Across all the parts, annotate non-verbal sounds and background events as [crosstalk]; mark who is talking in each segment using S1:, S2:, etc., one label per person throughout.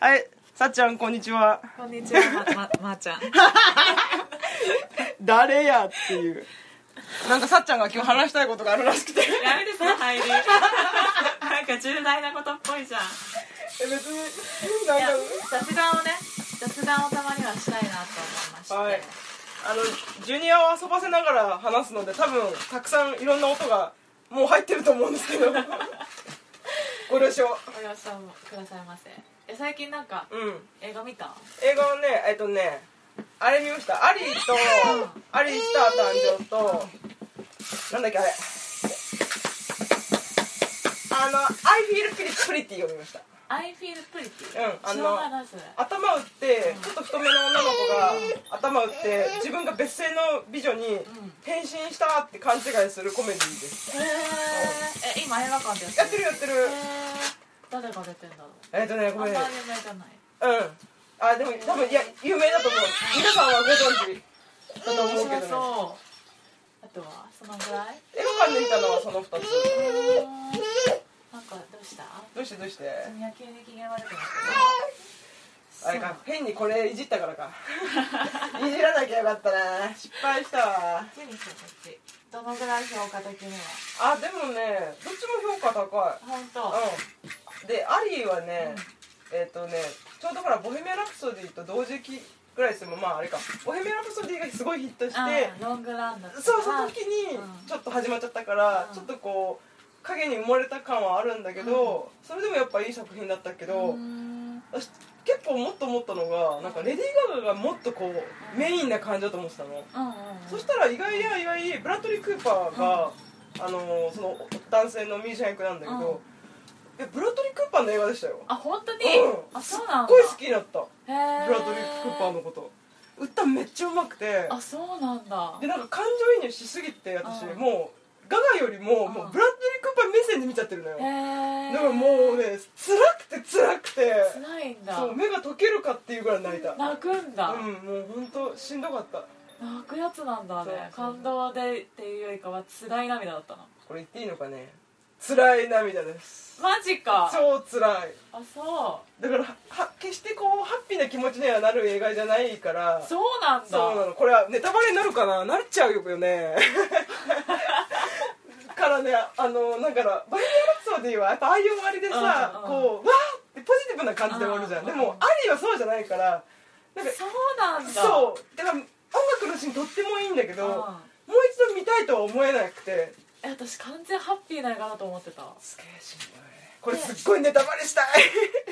S1: はい、さっちゃん、こんにちは。
S2: こんにちは、 [laughs] ま、ま、まー、ちゃん。
S1: 誰やっていう。なんかさっちゃんが今日話したいことがあるらしくて。
S2: やめてその入り。 [laughs] なんか重大なことっぽいじゃん。い
S1: え別に、なん
S2: や
S1: か、、
S2: 雑談をね、雑談をたまにはしたいなと思いまして。
S1: はいあの、ジュニアを遊ばせながら話すので、多分、たくさんいろんな音が、もう入ってると思うんです [laughs] けど。ご了承。
S2: ご了承くださいませ。え、最近なんか、
S1: うん。
S2: 映画見た
S1: 映画はね、えっとね、あれ見ました。アリーと、アリースター誕生と、なんだっけ、あれ。あの、I feel pretty を見ました。
S2: I feel pretty。
S1: うんあの
S2: 知らないなそれ
S1: 頭打ってちょっと太めの女の子が頭打って自分が別姓の美女に変身したって勘違いするコメディです
S2: へーえ、今映画館でや
S1: やっ
S2: って
S1: てるやってる
S2: へー誰が出てんだろう。
S1: えっとね
S2: あん
S1: ご
S2: ま
S1: めん
S2: り
S1: ね
S2: 有名じゃない。
S1: うんあでも多分いや有名だと思う皆さんはご存知だと思う
S2: 面
S1: け
S2: 白
S1: どね
S2: そう。あとは、そのぐらい
S1: 映画館で見たのはその2つ
S2: なんかどうした
S1: どうしてどうして
S2: 野球に機嫌悪くなった
S1: あれか変にこれいじった
S2: [laughs]
S1: からかいじらなきゃよかったな失敗したわ
S2: 手にしてこっちどのぐらい評価的には
S1: あでもねどっちも評価高い
S2: 本当
S1: うん、でアリーはね、えっ、とねちょうどほら「ボヘミアン・ラプソディ」と同時期ぐらいですもんまああれか「ボヘミアン・ラプソディ」がすごいヒットして、
S2: うんロングランだった
S1: そうその時に
S2: うん
S1: ちょっと始まっちゃったから、
S2: うん
S1: ちょっとこう影に埋もれた感はあるんだけど、それでもやっぱいい作品だったけど、
S2: うん
S1: 私結構もっと思ったのがなんかレディー・ガガがもっとこうメインな感じだと思ってたの、
S2: うんうん
S1: そしたら意外や意外ブラッドリー・クーパーが、あのその男性のミュージシャン役なんだけど、えブラッドリー・クーパーの映画でしたよ
S2: あ本当に
S1: うん
S2: あそうな
S1: すっ
S2: んだ
S1: ごい好きになったブ
S2: へ
S1: ラ
S2: ー
S1: ッドリー・クーパーのこと歌めっちゃうまくて
S2: あそうなんだ
S1: でなんか感情移入しすぎて私、
S2: うん
S1: もうガガよりも,、
S2: うん
S1: もうブラッドリー・クーパー目線で見ちゃってるのよ、
S2: へえ
S1: だからもうね辛くて辛くて
S2: 辛いんだ
S1: そう目が溶けるかっていうぐらい泣いた
S2: 泣くんだ、
S1: うんもう本当しんどかった
S2: 泣くやつなんだ
S1: そう
S2: ね
S1: そう
S2: 感動でっていうよりかは辛い涙だったの
S1: これ言っていいのかね辛い涙です
S2: マジか
S1: 超辛い
S2: あそう
S1: だからは決してこうハッピーな気持ちにはなる映画じゃないからそう
S2: そうなんだ
S1: なのこれはネタバレになるかななっちゃうよね [laughs] からねあのだから「バイオラプソディ」はやっぱああいう終わりでさ
S2: うんうん
S1: こうわーってポジティブな感じで終わるじゃん
S2: うん
S1: で
S2: うん
S1: もアリーはそうじゃないからなんか
S2: そうなんだ
S1: そうだから音楽のシーンとってもいいんだけど
S2: うん
S1: もう一度見たいとは思えなくて
S2: え私完全ハッピーな映画だと思ってた
S1: すげえしんどいこれすっごいネタバレしたい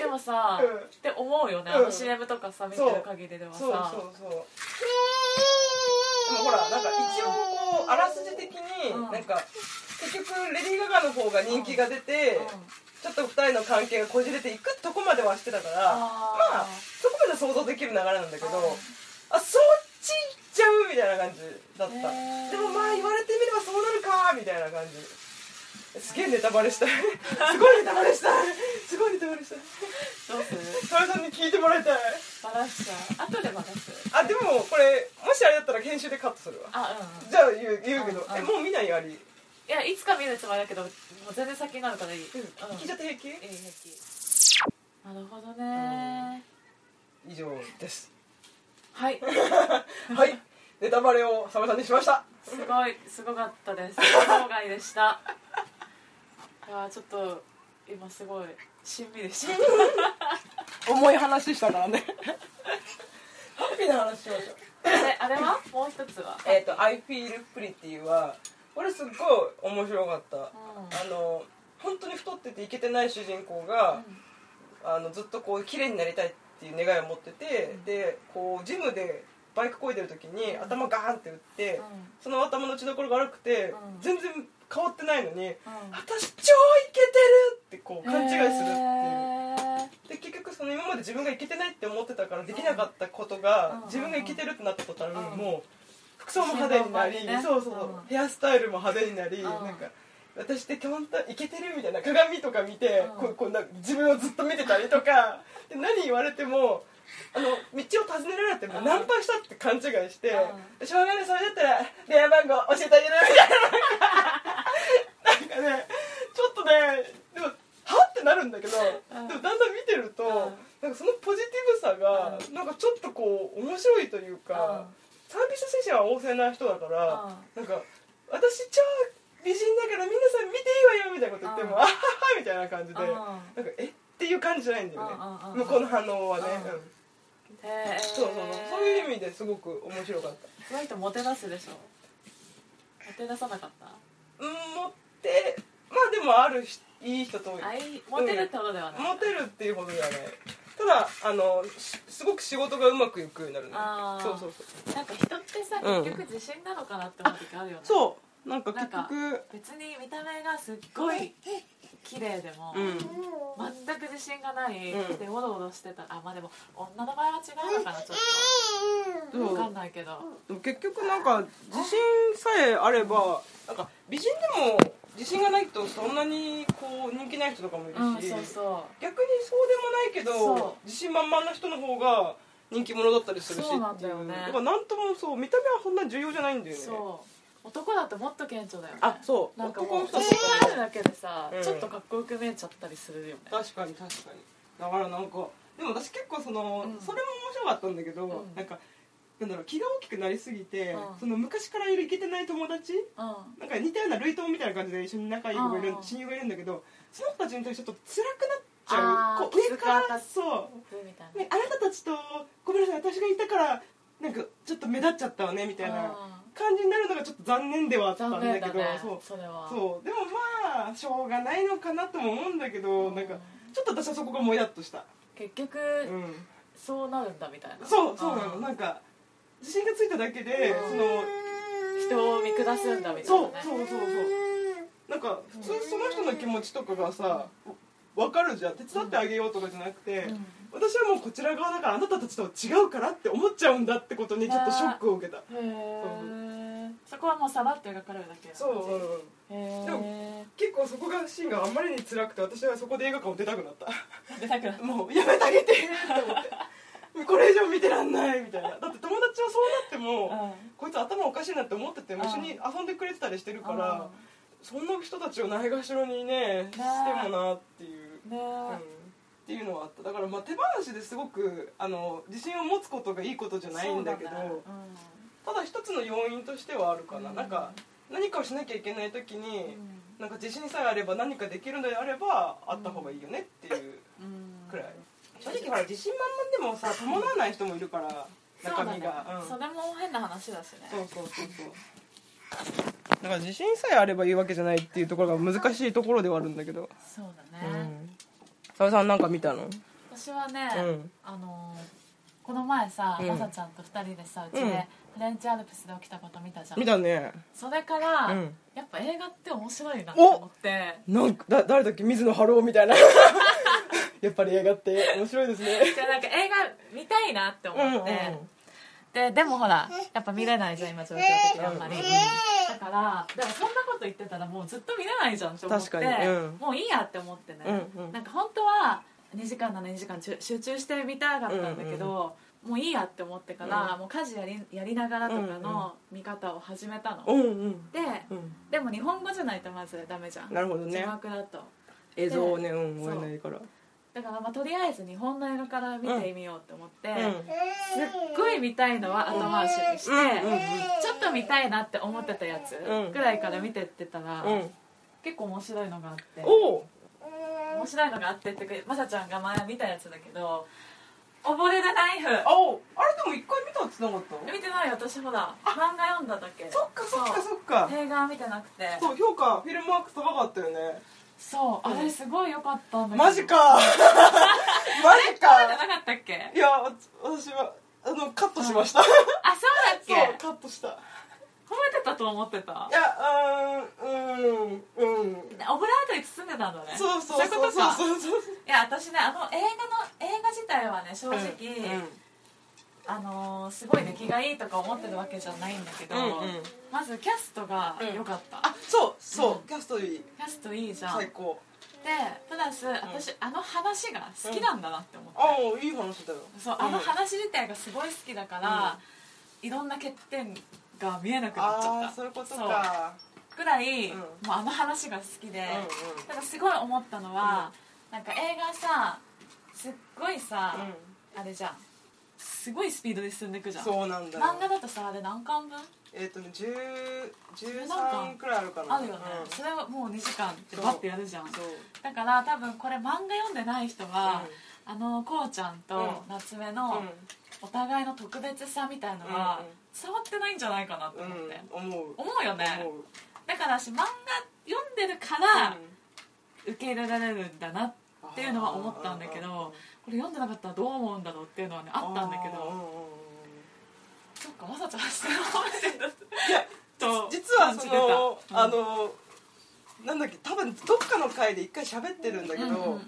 S2: でもさ、
S1: うん
S2: って思うよね
S1: うん
S2: あの CM とかさ見てる限りではさ
S1: そうそうそうでもほらなんか一応こうあらすじ的に
S2: うん
S1: なんか結局レディー・ガガの方が人気が出て
S2: うん
S1: ちょっと2人の関係がこじれていくとこまではしてたからまあ
S2: あー
S1: そこまで想像できる流れなんだけど
S2: うん
S1: あそっち行っちゃうみたいな感じだった
S2: へー
S1: でもまあ言われてみればそうなるかみたいな感じすげえネタバレしたい [laughs] すごいネタバレしたいすごいネタバ
S2: [laughs]
S1: レしたい
S2: どうする
S1: それさんに聞いてもらいたい
S2: バラしちゃう後でバラす
S1: あでもこれもしあれだったら編集でカットするわ
S2: あうんうん
S1: じゃあ言う言うけど
S2: うん
S1: え
S2: うん
S1: もう見ないよあり
S2: いやいつか見るつもりだけどもう全然先になるからいい、うん
S1: 聞いちゃって平気
S2: いい平気なるほどね
S1: 以上です
S2: は
S1: [laughs]
S2: い
S1: はいネタバレをサメさんにしました
S2: すごいすごかったです生涯でしたいやーちょっと今すごいしんみりしちゃった
S1: 重い話したから [laughs] ねハッピーな話しましょう [laughs]
S2: えあれはもう一つは
S1: えっ、と「I feel pretty は」これすっごい面白かった、あの本当に太っててイケてない主人公が、あのずっとこう綺麗になりたいっていう願いを持ってて、でこうジムでバイク漕いでる時に頭ガーンって打って、
S2: うん
S1: その頭の打ちどころが悪くて、
S2: うん
S1: 全然変わってないのに、
S2: うん
S1: 私超イケてるってこう勘違いするっていう、
S2: へー
S1: で結局その今まで自分がイケてないって思ってたからできなかったことが、
S2: うん
S1: 自分がイケてるってなった途端、
S2: うん
S1: もう服装も派手になり、
S2: 自分の前にね
S1: そうそうそう、
S2: うん
S1: ヘアスタイルも派手になり、
S2: ん
S1: なんか私って本当はイケてるみたいな鏡とか見て、
S2: うん
S1: こうこんな自分をずっと見てたりと
S2: [laughs]
S1: かで何言われても。あの道を尋ねられても
S2: うん
S1: ナンパしたって勘違いして「
S2: う
S1: しょうがないそれだったら電話番号教えてあげる」みたいななんかねちょっとねでもはってってなるんだけど、
S2: うん
S1: でもだんだん見てると、
S2: うん
S1: なんかそのポジティブさが、
S2: う
S1: なんかちょっとこう面白いというか、サービス精神は旺盛な人だから、なんか私超美人だから皆さん見ていいわよみたいなこと言っても、
S2: うん
S1: あははみたいな感じで、なんか
S2: あ
S1: えっていう感じじゃないんだよね、
S2: あ
S1: 向こうの反応はね、
S2: うん
S1: うん
S2: へえ
S1: そうそうそうそういう意味ですごく面白かった
S2: その人モテ出すでしょモテ出さなかった
S1: うん持ってまあでもあるしいい人とモ
S2: あいモテるってことではない、
S1: テるっていうほどではないただあのしすごく仕事がうまくいくようになるね
S2: あー
S1: そうそうそう
S2: なんか人ってさ
S1: うん
S2: 結局自信なのかなって思う時あるよね、
S1: そうなんか結
S2: なん
S1: 局
S2: 別に見た目がすっごい綺麗でも、
S1: うん
S2: 全く自信がない、
S1: うん
S2: でおどおどしてたらあまあでも女の場合は違うのかなちょっと、
S1: うん
S2: 分かんないけど、
S1: でも結局なんか自信さえあればなんか美人でも自信がないとそんなにこう人気ない人とかもいるし、
S2: うんそうそ
S1: 逆にそうでもないけ
S2: そう
S1: ど自信満々な人の方が人気者だったりするしってい
S2: そう
S1: う
S2: なんだよね
S1: からなんともそう見た目はそんな重要じゃないんだ
S2: う
S1: よね
S2: そう男だともっと顕著だよね
S1: あそう
S2: なんかもう
S1: 男
S2: 自
S1: の
S2: 信
S1: 人
S2: があ
S1: だ
S2: るだけでさ、
S1: うん
S2: ちょっとかっこよく見えちゃったりするよね
S1: 確かに確かにだからなんかでも私結構その、
S2: うん
S1: それも面白かったんだけど、
S2: うん
S1: なんかなんだろう気が大きくなりすぎて、
S2: うん
S1: その昔からいるイケてない友達
S2: うん
S1: なんか似たような類友みたいな感じで一緒に仲いい子がいる
S2: あー
S1: 親友がいるんだけどその人たちに対してちょっと辛くなっちゃ
S2: あー
S1: うこう上か
S2: 気遣
S1: ら
S2: った
S1: そう
S2: みたいな、
S1: ね、あなたたちとごめんなさい私がいたからなんかちょっと目立っちゃったわねみたいな
S2: う
S1: 感じになるのがちょっと残念ではあっ
S2: ん
S1: たんだ
S2: 残
S1: け
S2: 念
S1: ど
S2: だね
S1: そう
S2: それは
S1: そうでもまあしょうがないのかなとも思うんだけど、
S2: うん
S1: なんかちょっと私はそこがもやっとした、
S2: 結局、
S1: うん、
S2: そうなるんだみたいな
S1: そうそうなの
S2: ん
S1: なんか自信がついただけで、
S2: うん
S1: その
S2: 人を見下すんだみたい
S1: そ
S2: な
S1: う
S2: ね
S1: そうそうそうなんか普通その人の気持ちとかがさわかるじゃん手伝ってあげようとかじゃなくて、
S2: うん
S1: 私はもうこちら側だからあなたたちとは違うからって思っちゃうんだってことにちょっとショックを受けた
S2: へえそこはもうさらって描かれるだけ
S1: そう、うん
S2: へえ
S1: 結構そこがシーンがあんまりに辛くて私はそこで映画館を出たくなっ
S2: 出たくなった
S1: もうやめてあげてって思ってこれ以上見てらんないみたいなだって友達はそうなっても、こいつ頭おかしいなって思ってても一緒に遊んでくれてたりしてるから、そんな人たちをないがしろにねしてもなっていう、
S2: ね
S1: うんっていうのはあっただからまあ手放しですごくあの自信を持つことがいいことじゃないんだけどただ一つの要因としてはあるかな,、
S2: うん
S1: なんか何かをしなきゃいけない時に、なんか自信さえあれば何かできるのであればあった方がいいよねっていうくらい、正直ほら自信満々でもさ伴わない人もいるから中身がうん
S2: それも変な話だしね
S1: そうそうそうそうだから自信さえあればいいわけじゃないっていうところが難しいところではあるんだけど
S2: そうだ
S1: う
S2: ね
S1: ん澤井さんなんか見たの
S2: 私はね
S1: うん
S2: あのーこの前さ
S1: うん
S2: まさちゃんと二人でさうち
S1: うん
S2: でフレンチアルプスで起きたこと見たじゃ
S1: 見
S2: ん
S1: たね
S2: それから
S1: うん
S2: やっぱ映画って面白いなと思って
S1: なんかだ誰だっけ水野晴郎み [laughs] たいなやっぱり映画って面白いですね
S2: じゃあなんか映画見たいなって
S1: うんう
S2: 思
S1: ん
S2: って、ででもほらやっぱ見れないじゃん今状況的にあんまり、
S1: うんうん
S2: だからでもそんなこと言ってたらもうずっと見れないじゃんって思って
S1: 確かにうん
S2: もういいやって思ってね、
S1: うんうん
S2: なんか本当は2時間なの2時間集集中して見たかったんだけど、もういいやって思ってから、
S1: う
S2: もう家事やりやりながらとかの見方を始めたの、
S1: うんうん
S2: で
S1: うん
S2: でも日本語じゃないとまずダメじゃん
S1: なるほどね
S2: 字幕だと
S1: 映像をねうん
S2: そう
S1: 追えないから
S2: だからまあとりあえず日本の映画から見てみようって思って、
S1: う
S2: すっごい見たいのは後回しにして、
S1: うんうんうん
S2: ちょっと見たいなって思ってたやつ
S1: うん
S2: ぐらいから見てってたら、
S1: んうん
S2: 結構面白いのがあって
S1: おう
S2: 面白いのがあってってかまさちゃんが前見たやつだけど「溺れるナイフ
S1: おうあれでも一回見たっつなかっ」た
S2: 見てないよ私ほら漫画読んだだけ
S1: そっかそっか
S2: う
S1: そっか
S2: 映画は見てなくて
S1: そう評価フィルムワークス高かったよね
S2: そうあれすごい良かったんだけど
S1: マジ
S2: [laughs]
S1: かマジか
S2: そうじゃなかったっけ
S1: いやわ私はあのカットしましたそ
S2: あそうだっけ
S1: うカットした
S2: 褒めてたと思ってた
S1: いやうーんうんうん
S2: オブラートに包んでたんだね
S1: そうそう
S2: そうい
S1: そうう
S2: ことか
S1: そうそう
S2: いや私ねあの映画の映画自体はね正直、
S1: う
S2: あのーすごい出来がいいとか思ってるわけじゃないんだけど、
S1: んうん
S2: まずキャストが良かった、
S1: あそうそうキャストリー
S2: キャストいいじゃん
S1: 最
S2: で
S1: 高
S2: プラス私、あの話が好きなんだなって思って、
S1: ああいい話だよ
S2: そうあの話自体がすごい好きだから、いろんな欠点が見えなくなっちゃった
S1: ああそういうことか
S2: そうぐらい、
S1: うん
S2: もうあの話が好きで、
S1: うんうん
S2: ただすごい思ったのは、なんか映画さすっごいさ、
S1: う
S2: あれじゃんすごいスピードで進んでいくじゃ
S1: ん、
S2: ん
S1: そうなんだよ
S2: 漫画だとさあれ何巻分
S1: えっ、とね10
S2: な
S1: 13
S2: んか
S1: くらいあるかな
S2: あるよね、
S1: うん
S2: それはもう2時間って
S1: そう
S2: バッてやるじゃん
S1: そう
S2: だから多分これ漫画読んでない人は、あのこうちゃんと
S1: うん
S2: 夏目
S1: うん
S2: のお互いの特別さみたいのは
S1: うんうん
S2: 伝わってないんじゃないかなと
S1: う
S2: 思
S1: ん
S2: って、
S1: 思う
S2: 思うよね
S1: 思う
S2: だから私漫画読んでるか
S1: う
S2: ら
S1: ん
S2: 受け入れられるんだなっていうのは思ったんだけ
S1: あー
S2: どこれ読んでなかったらどう思うんだろうっていうのはねあったんだ
S1: あーう
S2: け
S1: んう
S2: ど
S1: んうん
S2: そっかまさちゃんはしてる方面だ
S1: いや
S2: と
S1: 実は
S2: 感
S1: そ
S2: じて
S1: の、
S2: た
S1: あのなんだっけ多分どっかの回で一回喋ってるんだけど、
S2: うんうんうん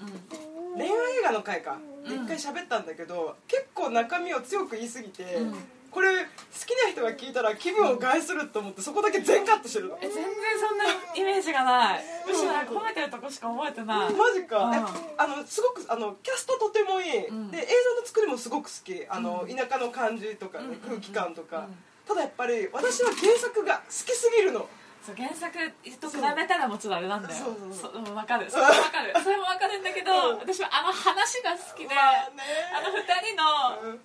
S1: 恋愛映画の回かで
S2: うん
S1: 一回喋ったんだけど、結構中身を強く言いすぎて、
S2: うん
S1: これ好きな人が聞いたら気分を害すると思ってそこだけ全カットしてるの、
S2: え全然そんなイメージがないむしろなんか褒めてるとこしか覚えてない
S1: マジか、
S2: うん
S1: えあのすごくあのキャストとてもいい、
S2: うん
S1: で映像の作りもすごく好きあの、
S2: うん
S1: 田舎の感じとかね、
S2: うんうんうん
S1: 空気感とか、
S2: うん
S1: ただやっぱり私は原作が好きすぎるの
S2: そう原作と比べたらもちろんあれなんだよ
S1: そうそう
S2: そうんわかるそれもわかる
S1: [laughs]
S2: それもわかるんだけど
S1: うん
S2: 私はあの話が好きで、
S1: まあね
S2: あの二人
S1: う
S2: の、
S1: ん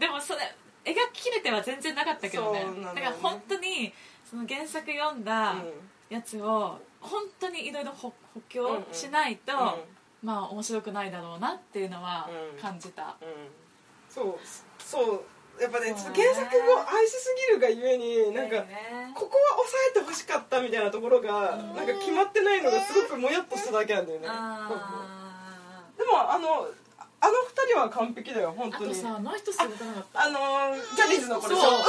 S2: でもそれ描き切れては全然なかったけどね
S1: そうなのよ
S2: だ
S1: ね
S2: から本当にその原作読んだ
S1: う
S2: やつを本当にいろいろ補補強しないと、
S1: んうん
S2: まあ面白くないだろうなっていうのは
S1: うん
S2: 感じた、
S1: そうそうやっぱねちょっと
S2: そうね
S1: 原作を愛しすぎるがゆえになんか、
S2: ね
S1: ここは抑えてほしかったみたいなところがなんか決まってないのがすごくもやっとしただけなんだよね
S2: あ
S1: でもあのあの二人は完璧だよ本
S2: ーあ
S1: 当に
S2: とさあの人すごくなかった
S1: あのージャニーズのこれでしょう
S2: そう
S1: ん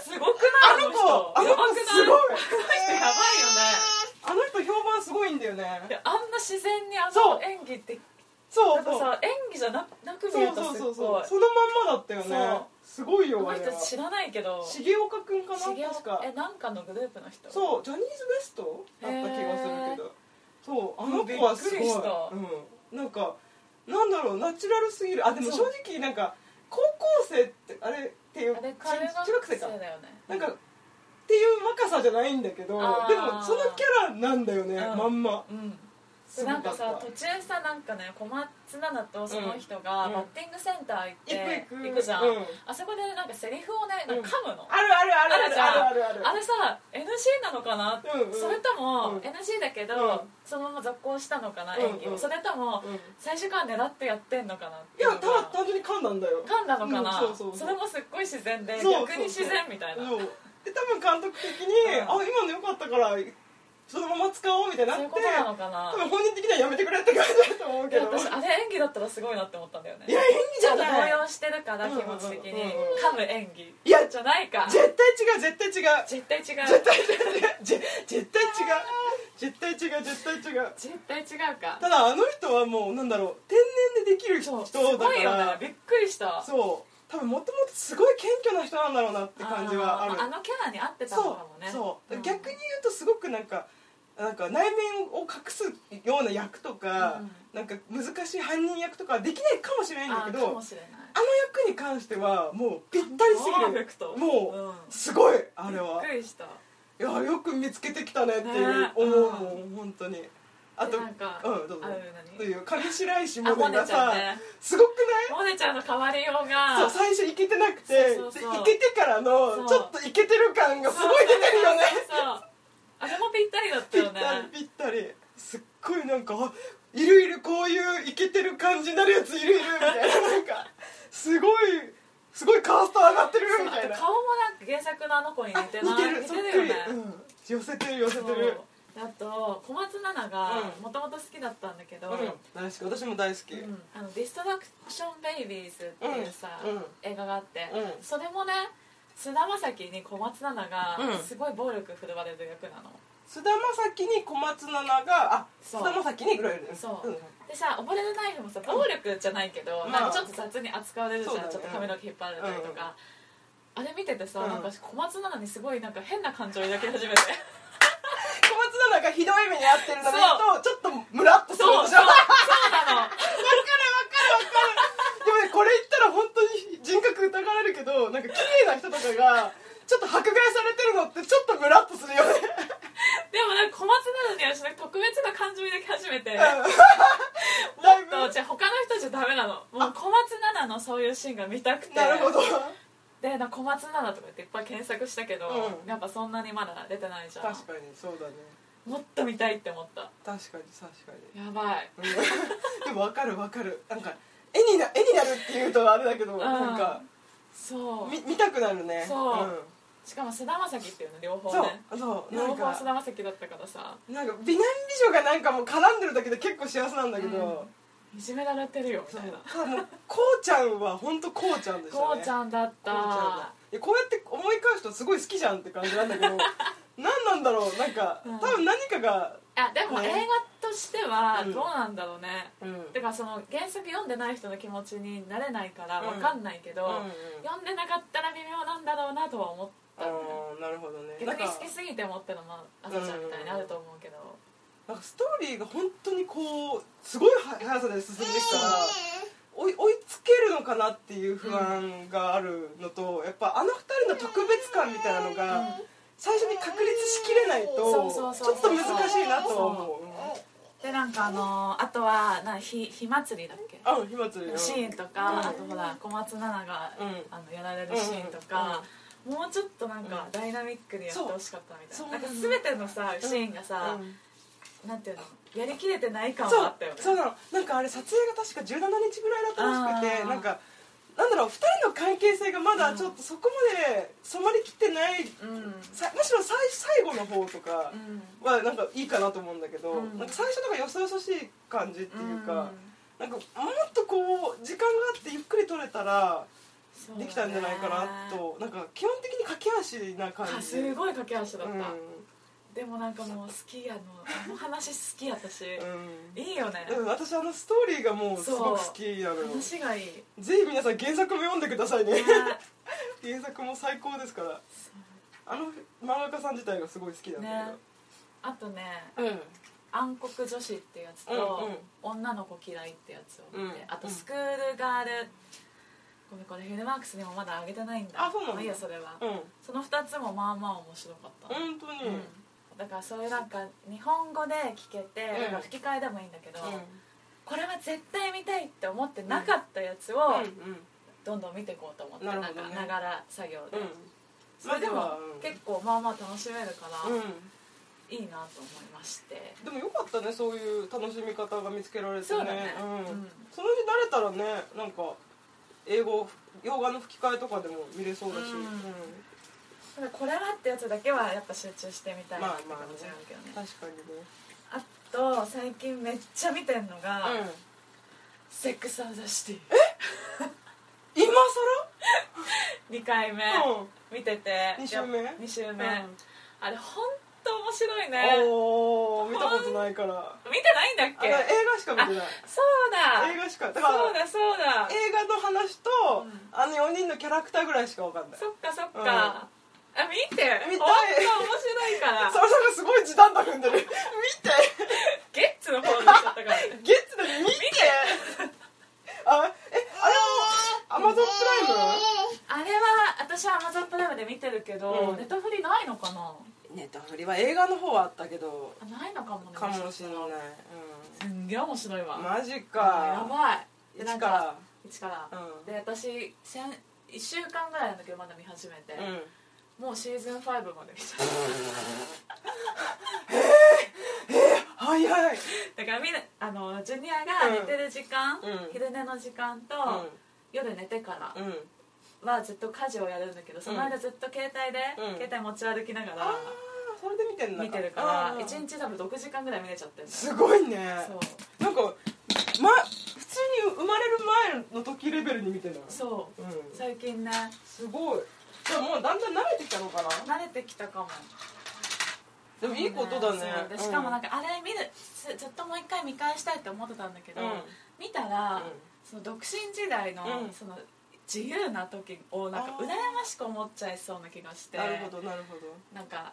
S1: すごい
S2: すごく
S1: あ
S2: ない
S1: の子あの
S2: やば
S1: 子
S2: くない
S1: すごい
S2: 人やばいよ [laughs] ね
S1: あの人評判すごいんだよ
S2: い [laughs]
S1: ね
S2: やあんな自然にあ
S1: そ
S2: の
S1: う
S2: 演技って
S1: そ
S2: な
S1: うん
S2: か
S1: そうそう
S2: さ演技じゃななく見え
S1: そう
S2: た
S1: そ
S2: す
S1: う
S2: っ
S1: そ
S2: ごいう
S1: そのまんまだったよね
S2: そ
S1: すごい
S2: こ
S1: よ
S2: の
S1: あれは
S2: 人知らないけど
S1: 重岡君か
S2: 茂
S1: な
S2: 雄
S1: 確か
S2: えなんかのグループの人
S1: そうジャニーズ WEST だった気がするけどそうあの子はすご
S2: びっく
S1: い
S2: りした
S1: うん、なんかなんだろうナチュラルすぎるあでも正
S2: そう
S1: 直なんか高校生ってあれっていう
S2: あれ
S1: ち
S2: 彼が
S1: 中学生か
S2: だよね
S1: なんかっていう若さじゃないんだけど
S2: あー
S1: でもそのキャラなんだよね、
S2: うん
S1: まんま
S2: うん
S1: すご
S2: な
S1: か
S2: ん
S1: った
S2: かさ途中さなんかね小松菜奈とその人が
S1: うん
S2: バッティングセンター行っ
S1: 行
S2: て
S1: く行く
S2: 行くじゃん
S1: うん
S2: あそこでなんかセリフをねなんか噛むの
S1: あるあるある
S2: あるじゃん
S1: あるあるあ
S2: あ
S1: る
S2: れさ NG なのかな
S1: うんうん
S2: それと
S1: うん
S2: も NG だけ
S1: うん
S2: どそのまま続行したのかな
S1: うん
S2: 演技
S1: う
S2: を
S1: ん
S2: それとも
S1: うん
S2: 最初から狙ってやってんのかなっ
S1: い
S2: てい
S1: や
S2: うの
S1: た
S2: が
S1: だ単純に噛んだんだよ
S2: 噛んだのかな、
S1: うんそうそうそう
S2: れもすっごい自然で
S1: そうそうそう
S2: 逆に自然みたいな
S1: そうで多分監督的に、
S2: うん
S1: あ今の良かったからそのまま使おうみたいになっ
S2: そうい
S1: て
S2: うことなのか
S1: 多分
S2: な
S1: 本人的にはやめてくれって感じだと思うけ
S2: で
S1: ど
S2: 私あれ演技だったらすごいなって思ったんだよね
S1: いや演技
S2: ち
S1: じ
S2: ょ
S1: ゃ
S2: っと動
S1: ない
S2: 揺してるから
S1: うん
S2: 気
S1: うんうん
S2: 持ち的に
S1: うんうん
S2: 噛む演技
S1: いや
S2: じゃないか
S1: 絶対違う絶対違う [laughs]
S2: 絶対違う
S1: 絶対違うぜ絶対違う絶対違う絶対違う
S2: 絶対違うか
S1: ただあの人はもうなんだろう天然でできる人
S2: そ
S1: だ
S2: うすご
S1: か
S2: いよね
S1: ら
S2: びっくりした
S1: そう多分もともとすごい謙虚な人なんだろうなって感じはある
S2: ーあのキャラに合ってたの
S1: そう
S2: かもね
S1: そう、
S2: ん
S1: 逆に言うとすごくなんかなんか内面を隠すような役とか、
S2: うん
S1: なんか難しい犯人役とかはできないかもしれないんだけ
S2: あー
S1: どあ
S2: か
S1: の
S2: もしれない
S1: 役に関してはもうぴったりす
S2: パー
S1: ぎ
S2: フェ
S1: る
S2: クト
S1: もう、
S2: うん
S1: すごいあれ
S2: び
S1: は
S2: っくりした
S1: いやよく見つけてきたねっていう
S2: ね
S1: 思うもん、
S2: う
S1: 本当にあと
S2: でなんか
S1: うんどうぞ
S2: あ
S1: と
S2: 何
S1: いう上白石萌
S2: あモ
S1: 音
S2: ネ
S1: が
S2: ちゃ
S1: さ、
S2: んね
S1: すごくない
S2: モネちゃんの変わりようが
S1: そう最初いけてなくて
S2: そうそうそう
S1: でいけてから
S2: そ
S1: の
S2: う
S1: ちょっといけてる感がすごい出てるよね
S2: そうあれもぴったりだっ
S1: [laughs]
S2: た
S1: ぴ
S2: よ
S1: ったり
S2: ね
S1: ぴったりすっごいなんかあいるいるこういうイケてる感じになるやついるいるみたい
S2: [laughs]
S1: ななんかすごいすごいカースト上がってるみたい
S2: あ
S1: な
S2: と顔もなんか原作のあの子に似てない
S1: 似てる
S2: 似
S1: そ
S2: て
S1: っ
S2: る
S1: く
S2: よ
S1: り、
S2: ね
S1: うん、寄せてる寄せて
S2: そう
S1: る
S2: あと小松菜奈が
S1: うん
S2: もともと好きだったんだけど、
S1: うん大好き私も大好き、
S2: うんあのディストラクションベイビーズっていうさ、
S1: うんうん
S2: 映画があって、
S1: うん
S2: それもね菅田将暉に小松菜奈
S1: うん
S2: がすごい暴力振るわれる役なの、
S1: 菅田将暉に小松菜奈があ
S2: そう
S1: 菅田将暉にいろいろ
S2: そう
S1: うん
S2: でさ溺れるナイフもさ暴力じゃないけど、
S1: うん
S2: なんかちょっと雑に扱われるじゃん、
S1: まあ
S2: ちょっと髪の毛引っ張られたりとか、あれ見ててさ、
S1: うん
S2: なんか小松菜奈にすごいなんか変な感情を抱き始めて
S1: 小松菜奈がひどい目に遭ってるの見るとちょっとムラっとする
S2: そう
S1: で
S2: そうそ
S1: しょ
S2: うな [laughs] の
S1: わかるわかるわかるでもねこれ言ったら本当に人格疑われるけどなんか綺麗な人とかがちょっと迫害されてるのってちょっとムラっとするよね
S2: でもなんか小松菜奈にはしなく特別な感情を抱き始めて
S1: うん
S2: もとじゃあ他の人じゃダメなのもう小松菜奈のそういうシーンが見たくて
S1: なるほど
S2: でな小松菜奈とかっていっぱい検索したけど、
S1: うん
S2: やっぱそんなにまだ出てないじゃん
S1: 確かにそうだね
S2: もっと見たいって思った
S1: 確かに確かに
S2: やばい
S1: うんでも分かる分かるなんか絵にな絵になるっていうとあれだけど
S2: ん
S1: なんか
S2: そう
S1: 見見たくなるね
S2: そうしかも菅田将暉っていうの両
S1: うん
S2: 方
S1: そう
S2: ね
S1: そうな
S2: 両
S1: ん
S2: 方
S1: か
S2: 菅田将暉だったからさ
S1: なんか美男美女がなんかもう絡んでるだけで結構幸せなんだけど、
S2: いじめられてるよみ
S1: そう
S2: たいな
S1: ただもうこうちゃんは本当こうちゃんでしたね
S2: こうちゃんだった
S1: こうちゃんだいやこうやって思い返すとすごい好きじゃんって感じなんだけど何なんだろうなんか
S2: うん
S1: 多分何かが、
S2: あでも
S1: ね
S2: 映画としては
S1: うん
S2: どうなんだろうね、
S1: うん
S2: だからその原作読んでない人の気持ちになれないから
S1: うん
S2: わかんないけど、
S1: うんうん
S2: 読んでなかったら微妙なんだろうなとは思ったんだよね
S1: あーなるほどねなん
S2: 逆
S1: か
S2: に好きすぎてもってのもあったじゃんみたいにあると思うけど、
S1: なんかストーリーが本当にこうすごいは速さで進んできたら追い追いつけるのかなっていう不安があるのとやっぱあの二人の特別感みたいなのが最初に確立しきれない
S2: そうそ
S1: と
S2: う
S1: ち
S2: そ
S1: ょ
S2: う
S1: っ
S2: そ
S1: と
S2: う
S1: 難しいなとは思う
S2: でなんかあのーあとはなひ火祭りだっけ
S1: あうん火祭り
S2: シーンとか、
S1: うん
S2: あとほら小松菜奈が、
S1: うん
S2: あのやられるシーンとか、もうちょっとなんかダイナミックでやってほしかったみたい
S1: そう
S2: ななんか全てのさシーンがさ、
S1: うん
S2: なんていうのやりきれてない感
S1: そ
S2: はあ
S1: う
S2: ったよね
S1: そうなのなんかあれ撮影が確か17日ぐらいだったらしく
S2: あ
S1: て
S2: ー
S1: なんかなんだろう2人の関係性がまだちょっとそこまで染まりきってない、
S2: うん
S1: さむしろ最最後の方とか
S2: うん
S1: はなんかいいかなと思うんだけど、
S2: うん
S1: なんか最初とかよそよそしい感じっていうか、
S2: ん
S1: なんかもっとこう時間があってゆっくり撮れたら
S2: そうだね
S1: できたんじゃないかなと、なんか基本的に駆け足な感
S2: か
S1: じ
S2: すごい駆け足だった、
S1: うん
S2: でもなんかもう好きやのあの話好きや私、
S1: う
S2: いいよね、
S1: ん、うん、私あのストーリーがもうすごく好きなのよ
S2: 話
S1: [laughs]
S2: がいい、ね
S1: ぜひ皆さん原作も読んでくださいね [laughs] 原作も最高ですからあの漫画家さん自体がすごい好きなんだ
S2: あとね
S1: けど、
S2: 「暗黒女子」ってやつと
S1: うんうん
S2: 「女の子嫌い」ってやつを見て、
S1: うん
S2: あと「スクールガール」ごめんこれフィルマークスにもまだ上げてないんだ
S1: あそうなんだ
S2: まいいやそれは、
S1: うんうん
S2: その2つもまあまあ面白かった、
S1: 本当に、うん
S2: うんだからそういうなんか日本語で聞けて、
S1: うん
S2: なんか吹き替えでもいいんだけど、これは絶対見たいって思ってなかったやつをどんどん見ていこうと思って、
S1: な
S2: な
S1: るほ
S2: ん
S1: ど
S2: か
S1: ね
S2: ながら作業で、
S1: うん
S2: それで
S1: まあ
S2: も
S1: でもうん
S2: 結構まあまあ楽しめるから、
S1: うん
S2: いいなと思いまして
S1: でもよかったねそういう楽しみ方が見つけられてね
S2: そうだね
S1: うん
S2: うん
S1: そのうち慣れたらねなんか英語洋画の吹き替えとかでも見れそうだし、
S2: うん
S1: うん
S2: ただこれはってやつだけはやっぱ集中してみたいな
S1: まあ
S2: って
S1: まあ
S2: 感じ
S1: ね
S2: なんだけどね,、
S1: 確かにね
S2: あと最近めっちゃ見てんのが「セックス・アンド・ザ・シティ
S1: うん、今」
S2: 2回目
S1: 更、うん
S2: 見てて
S1: 二週目
S2: 2週目、
S1: うん
S2: あれ本当面白いね
S1: おお見たことないから
S2: 見てないんだっ
S1: あの
S2: け
S1: 映画しか見てない
S2: そうだ
S1: 映画しかだから
S2: そうだそうだ
S1: 映画の話と、
S2: うん
S1: あの4人のキャラクターぐらいしか分かんないそ
S2: そっかそっか、
S1: うん
S2: あ見て
S1: 見たい
S2: 本当面白いか
S1: [laughs] れ
S2: ら
S1: それすごい時短だ踏んでる [laughs] 見て
S2: ゲッツの方になっちゃったから
S1: [laughs]
S2: ね
S1: ゲッツで見てあえあれもアマゾンプラ
S2: あれは私は Amazon プライムで見てるけど、
S1: うん
S2: ネタフリないのかな
S1: イムネタフリは映画の方はあったけど
S2: あないのかもね
S1: かもしれない、
S2: すんげえ面白いわ
S1: うん、マジ
S2: や
S1: か
S2: ばいでな
S1: 一
S2: ん
S1: か
S2: か一から、
S1: うん
S2: で私先1週間ぐらいなんだけどまだ見始めて
S1: ら、う、ん、
S2: もうシーズン5まで見ち
S1: [laughs]
S2: ゃっ
S1: はいはい、
S2: ただからみんなあのジュニアが寝てる時間、
S1: うん
S2: 昼寝の時間と、夜寝てから
S1: うんうん、
S2: はずっと家事をやるんだけどその間ずっと携帯で、
S1: うん
S2: 携帯持ち歩きなが
S1: あ
S2: ら
S1: あそれで見てんだ
S2: 見てるから
S1: あー
S2: 1日多分6時間ぐらい見れちゃってるんだよ
S1: すごいね
S2: そう
S1: なんか、ま、普通に生まれる前の時レベルに見てない、
S2: そう
S1: ん、
S2: う最近ね
S1: すごいじゃあもうだんだん慣れてきたのかな
S2: 慣れてきたかも
S1: でもいいことだね
S2: そうでしかもなんかあれ見るずずっともう一回見返したいって思ってたんだけど、
S1: うん
S2: 見たら、
S1: うん
S2: その独身時代の,、
S1: うん
S2: その自由な時をなんか
S1: あー
S2: 羨ましく思っちゃいそうな気がして
S1: なるほどなるほど
S2: なんか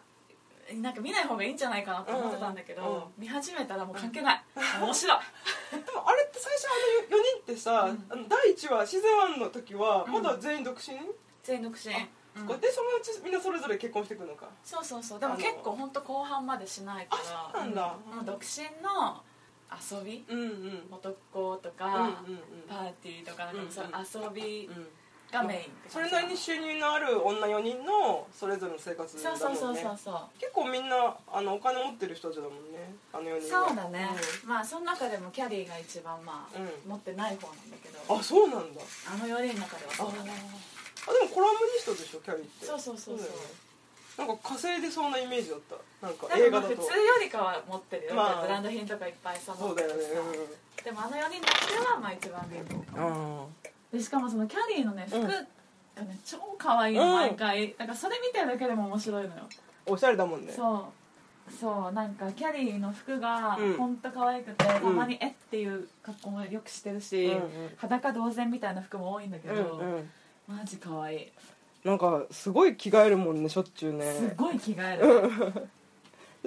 S2: なんか見ない方がいいんじゃないかなと思ってたんだけど、
S1: うんうん
S2: 見始めたらもう関係ない、面白い
S1: でもあれって最初あの4人ってさ、
S2: うん
S1: あの第1話シーズン1の時は
S2: うん
S1: まだ全員独身、
S2: 全員独身
S1: あ
S2: うん
S1: でそのうちみんなそれぞれ結婚してくのか
S2: そうそうそうでも結構本当後半までしないから
S1: あそうなんだ
S2: うんもう独身の遊び
S1: うんうん
S2: 男と
S1: うんうん
S2: か、
S1: うん
S2: パーティーとかなんかもそう
S1: うんうん
S2: 遊び
S1: うん
S2: がメインって
S1: そ
S2: 感
S1: れ
S2: じ
S1: なりに収入のある女4人のそれぞれの生活だ
S2: そう
S1: もんね
S2: そうそうそうそう
S1: 結構みんなあのお金持ってる人たちだもんねあの4人は
S2: そうだね、まあその中でもキャリーが一番まあ、
S1: うん
S2: 持ってない方なんだけ
S1: う
S2: ど
S1: んあそうなんだ
S2: あの4人の中では
S1: あ
S2: そ
S1: あ
S2: う
S1: で
S2: だ
S1: も
S2: ね
S1: コラムニストでしょキャリーって
S2: そうそうそうそ
S1: だ
S2: う
S1: よねなんか稼いでそうなイメージだったなんか
S2: 多
S1: 映
S2: 分ま
S1: 画
S2: あ
S1: だ
S2: 普
S1: と
S2: 通よりかは持ってるよ、
S1: まあ
S2: ブランド品とかいっぱいさ持
S1: そう
S2: って
S1: だ
S2: る
S1: よ
S2: さ
S1: ね
S2: でもあの4人にとってはまあ一番貧乏か
S1: う
S2: も
S1: んあ
S2: でしかもそのキャリーのね服
S1: うん
S2: がね、超可愛い
S1: うん
S2: の毎回、だからそれ見てるだけでも面白いのよ、
S1: おしゃれだもんね
S2: そうそうなんかキャリーの服が
S1: うん
S2: ほんと可愛くて、たまに「えっ?」ていう格好もよくしてるし、
S1: うんうん
S2: 裸同然みたいな服も多いんだけど、
S1: うんうん
S2: マジ可愛い
S1: なんかすごい着替えるもんねしょっちゅう
S2: す
S1: ね
S2: ごい着替える、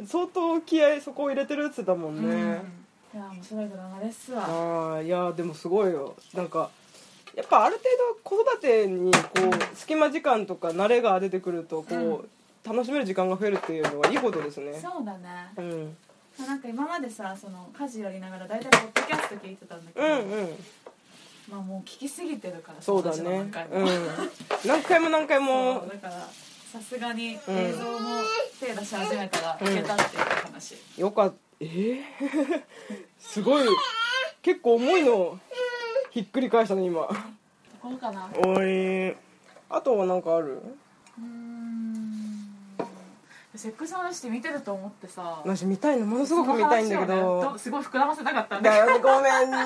S1: 相当気合いそこを入れてるやつだもんね、
S2: いや面白いドラマですわ
S1: ああいやでもすごいよなんかやっぱある程度子育てにこう隙間時間とか慣れが出てくるとこう、楽しめる時間が増えるっていうのはいいことですね
S2: そうだね
S1: う、ん、
S2: なんか今までさその家事やりながら大体ポッドキャスト聞いてたんだけ
S1: う
S2: ど、
S1: んうん
S2: まあもう聞きすぎてるから
S1: そうだ
S2: 私の
S1: ね
S2: 何回も
S1: うん何回も何回
S2: そ
S1: も
S2: うだからさすがに
S1: ん
S2: 映像も手出し始めたらいけたっていう話、
S1: よかったえー [laughs] すごい結構重いのひっくり返したね今
S2: こうかなう
S1: おいあとは何かある
S2: ーんセックスの話って見てると思ってさ
S1: 私見たいのものすごく見たいんだけ
S2: その話を
S1: ど
S2: ねすごい膨らませたかったんだ
S1: だ
S2: けど
S1: よねごめんね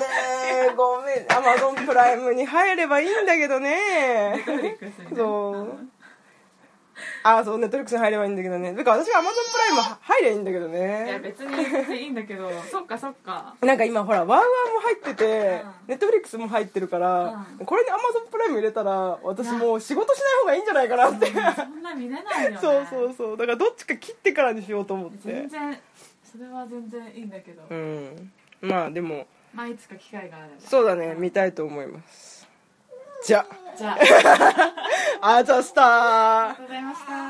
S1: ごめんアマゾンプライムに入ればいいんだけどね
S2: [laughs] ネットフリックスにね
S1: そうあそうネットフリックスに入ればいいんだけどねだから私はアマゾンプライム入ればいいんだけど
S2: いや
S1: ね
S2: 別に全然いいんだけどそっかそっか
S1: なんか今ほらワウワウも入ってて
S2: うん
S1: ネットフリックスも入ってるから
S2: う
S1: これにアマゾンプライム入れたら私もう仕事しない方がいいんじゃないかなって
S2: そんな見れないよ
S1: [laughs]
S2: ね
S1: そうそうそうだからどっちか切ってからにしようと思って
S2: 全然それは全然いいんだけど、
S1: うんまあでも
S2: まあいつか機会があれば
S1: そうだね見たいと思いますじゃ [laughs]
S2: じゃあありがと
S1: ああざした
S2: うございました